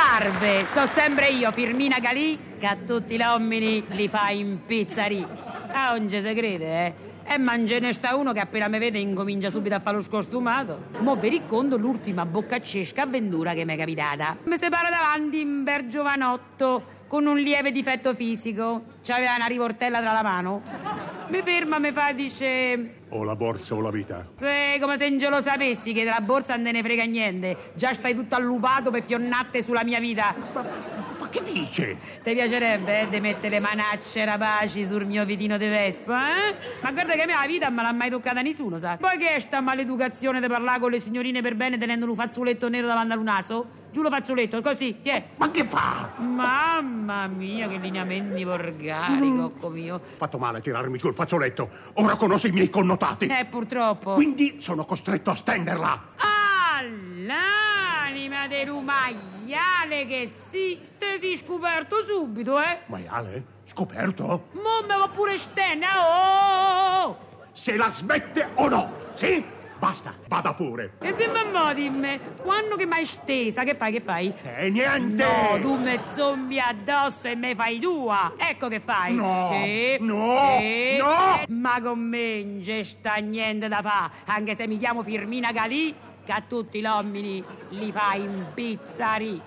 Sarve, so sempre io, Firmina Galì, che a tutti gli uomini li fa impizzarì. Ah, non ci si crede, eh? E mangia ne sta uno che appena mi vede incomincia subito a fare lo scostumato. Mo' vi ricordo l'ultima boccaccesca avventura che mi è capitata. Mi si para davanti un bel giovanotto con un lieve difetto fisico. C'aveva una rivoltella tra la mano. Mi ferma, mi fa, dice... O la borsa o la vita. Se come se non ce lo sapessi che della borsa non te ne frega niente. Già stai tutto allupato per fionnatte sulla mia vita. Ma che dice? Ti piacerebbe eh, di mettere le manacce rapaci sul mio vitino di Vespa, eh? Ma guarda che a me la vita non me l'ha mai toccata nessuno, sai? Poi che è sta maleducazione di parlare con le signorine per bene tenendo un fazzoletto nero davanti al naso? Giù lo fazzoletto, così, ti è. Ma che fa? Mamma mia, che lineamenti volgari, cocco mio. Fatto male a tirarmi col fazzoletto. Ora conosco i miei connotati. Eh, purtroppo. Quindi sono costretto a stenderla. All'anima del maiale che si te si scoperto subito, eh? Maiale? Scoperto? Mo me va pure stena, oh! oh, oh. Se la smette o no? Sì? Basta, vada pure. E dimmi un po', dimmi, quando che mai stesa, che fai, che fai? E Eh, niente! No, tu me zombi addosso e me fai tua. Ecco che fai. No, Sì. no, Sì. no. Ma con me non c'è sta niente da fa, anche se mi chiamo Firmina Galì, che a tutti gli uomini li fa impizzarì.